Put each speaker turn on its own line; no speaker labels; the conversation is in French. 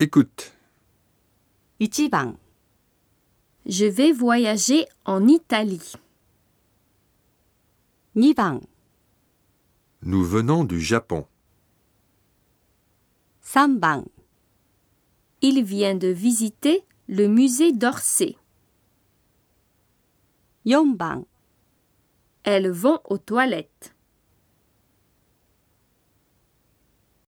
Écoute,
1番、
Je vais voyager en Italie.
2番、
nous venons du Japon.
3番、
Il vient de visiter le musée d'Orsay.
4番、
Elles vont aux toilettes.